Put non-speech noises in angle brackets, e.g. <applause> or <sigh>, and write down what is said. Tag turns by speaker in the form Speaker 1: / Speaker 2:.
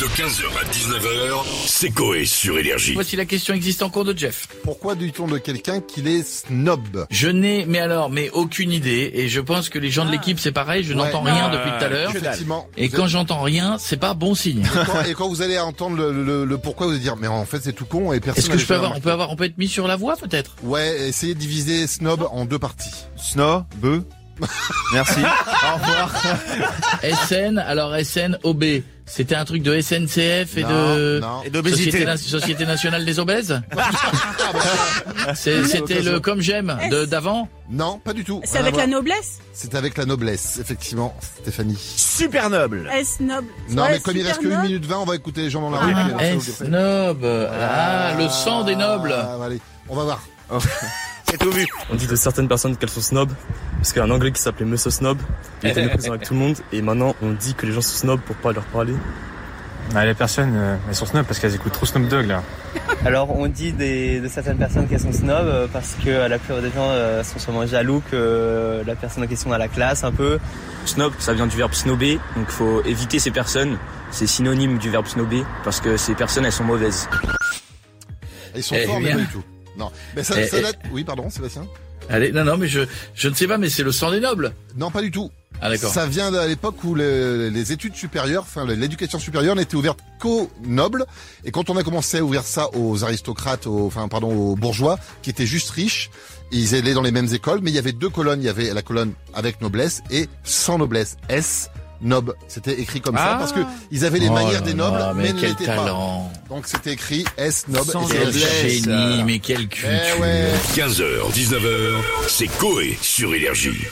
Speaker 1: De 15h à 19h, c'est Coé sur Énergie.
Speaker 2: Voici la question existe en cours de Jeff.
Speaker 3: Pourquoi dit-on de quelqu'un qu'il est snob
Speaker 2: Je n'ai, mais alors, mais aucune idée. Et je pense que les gens de l'équipe, c'est pareil. Je n'entends
Speaker 3: Ah. Ouais.
Speaker 2: rien
Speaker 3: Ah,
Speaker 2: depuis tout à l'heure.
Speaker 3: Effectivement.
Speaker 2: Et
Speaker 3: Vous
Speaker 2: quand
Speaker 3: êtes-
Speaker 2: j'entends rien, c'est pas bon signe.
Speaker 3: et quand- et quand vous allez entendre le, le- le pourquoi, vous allez dire, mais en fait c'est tout con et personne.
Speaker 2: Est-ce que
Speaker 3: n'avait
Speaker 2: je peux
Speaker 3: jamais
Speaker 2: avoir, on peut avoir, on peut être mis sur la voie peut-être
Speaker 3: remarqué. Ouais, essayez de diviser snob en deux parties.
Speaker 4: Snow, bœuf. Merci. Au revoir.
Speaker 2: SN, alors SN, OB. C'était un truc de SNCF et
Speaker 3: Non,
Speaker 2: de...
Speaker 3: non.
Speaker 4: Et
Speaker 2: Société,
Speaker 4: d'obésité.
Speaker 2: na- Société nationale des
Speaker 3: <laughs>
Speaker 2: obèses C'est- C'était le comme j'aime de- d'avant
Speaker 3: Non, pas du tout.
Speaker 5: C'est
Speaker 3: Rien
Speaker 5: avec
Speaker 3: à
Speaker 5: la
Speaker 3: voir.
Speaker 5: noblesse
Speaker 3: C'est avec la noblesse, effectivement, Stéphanie.
Speaker 4: Super noble.
Speaker 5: Est-ce noble
Speaker 3: Non,
Speaker 5: Ouais,
Speaker 3: mais comme il
Speaker 5: super
Speaker 3: reste que une
Speaker 5: noble.
Speaker 3: minute 20, on va écouter les gens dans la
Speaker 5: Ah,
Speaker 3: rue.
Speaker 5: ah,
Speaker 3: puis, euh, ça
Speaker 2: S
Speaker 3: vous le fait.
Speaker 2: noble Ah, le sang des nobles
Speaker 3: Ah, allez, on va voir.
Speaker 4: C'est tout vu.
Speaker 6: On dit de certaines personnes qu'elles sont snobs, parce qu'il y a un anglais qui s'appelait Monsieur Snob, il était méprisant avec tout le monde, et maintenant on dit que les gens sont snobs pour pas leur parler.
Speaker 7: Bah, les personnes, euh, elles sont snob parce qu'elles écoutent trop Snoop Dogg là.
Speaker 8: Alors on dit des, de certaines personnes qu'elles sont snobs euh, parce que euh, la plupart des gens euh, sont sûrement jaloux que euh, la personne en question a la classe un peu.
Speaker 9: Snob, ça vient du verbe snobber, donc faut éviter ces personnes. C'est synonyme du verbe snobber parce que ces personnes elles sont mauvaises.
Speaker 3: Ils sont
Speaker 2: Eh
Speaker 3: forts, mais
Speaker 2: bien.
Speaker 3: pas du tout. Non, mais ça,
Speaker 2: Eh,
Speaker 3: ça
Speaker 2: eh.
Speaker 3: date. Oui, pardon, Sébastien.
Speaker 2: Allez, non, non, mais je, je ne sais pas, mais c'est le sang des nobles
Speaker 3: Non, pas du tout.
Speaker 2: Ah d'accord.
Speaker 3: Ça vient à l'époque où le- les études supérieures, enfin l'éducation supérieure n'était ouverte qu'aux nobles. Et quand on a commencé à ouvrir ça aux aristocrates, aux, enfin pardon, aux bourgeois, qui étaient juste riches, ils allaient dans les mêmes écoles, mais il y avait deux colonnes. Il y avait la colonne avec noblesse et sans noblesse. S noble. C'était écrit comme ça
Speaker 7: Ah.
Speaker 3: parce que ils avaient les
Speaker 2: Oh
Speaker 3: manières
Speaker 2: là
Speaker 3: des
Speaker 2: là,
Speaker 3: nobles, mais,
Speaker 2: mais
Speaker 3: ne
Speaker 2: quel
Speaker 3: l'étaient pas.
Speaker 2: talent
Speaker 3: Donc c'était écrit S noble.
Speaker 7: Sans
Speaker 3: et
Speaker 2: Quel
Speaker 3: noblesse.
Speaker 2: génie, mais quelle
Speaker 3: Eh
Speaker 2: culture
Speaker 3: ouais.
Speaker 1: 15h, 19h, c'est Coé sur Énergie.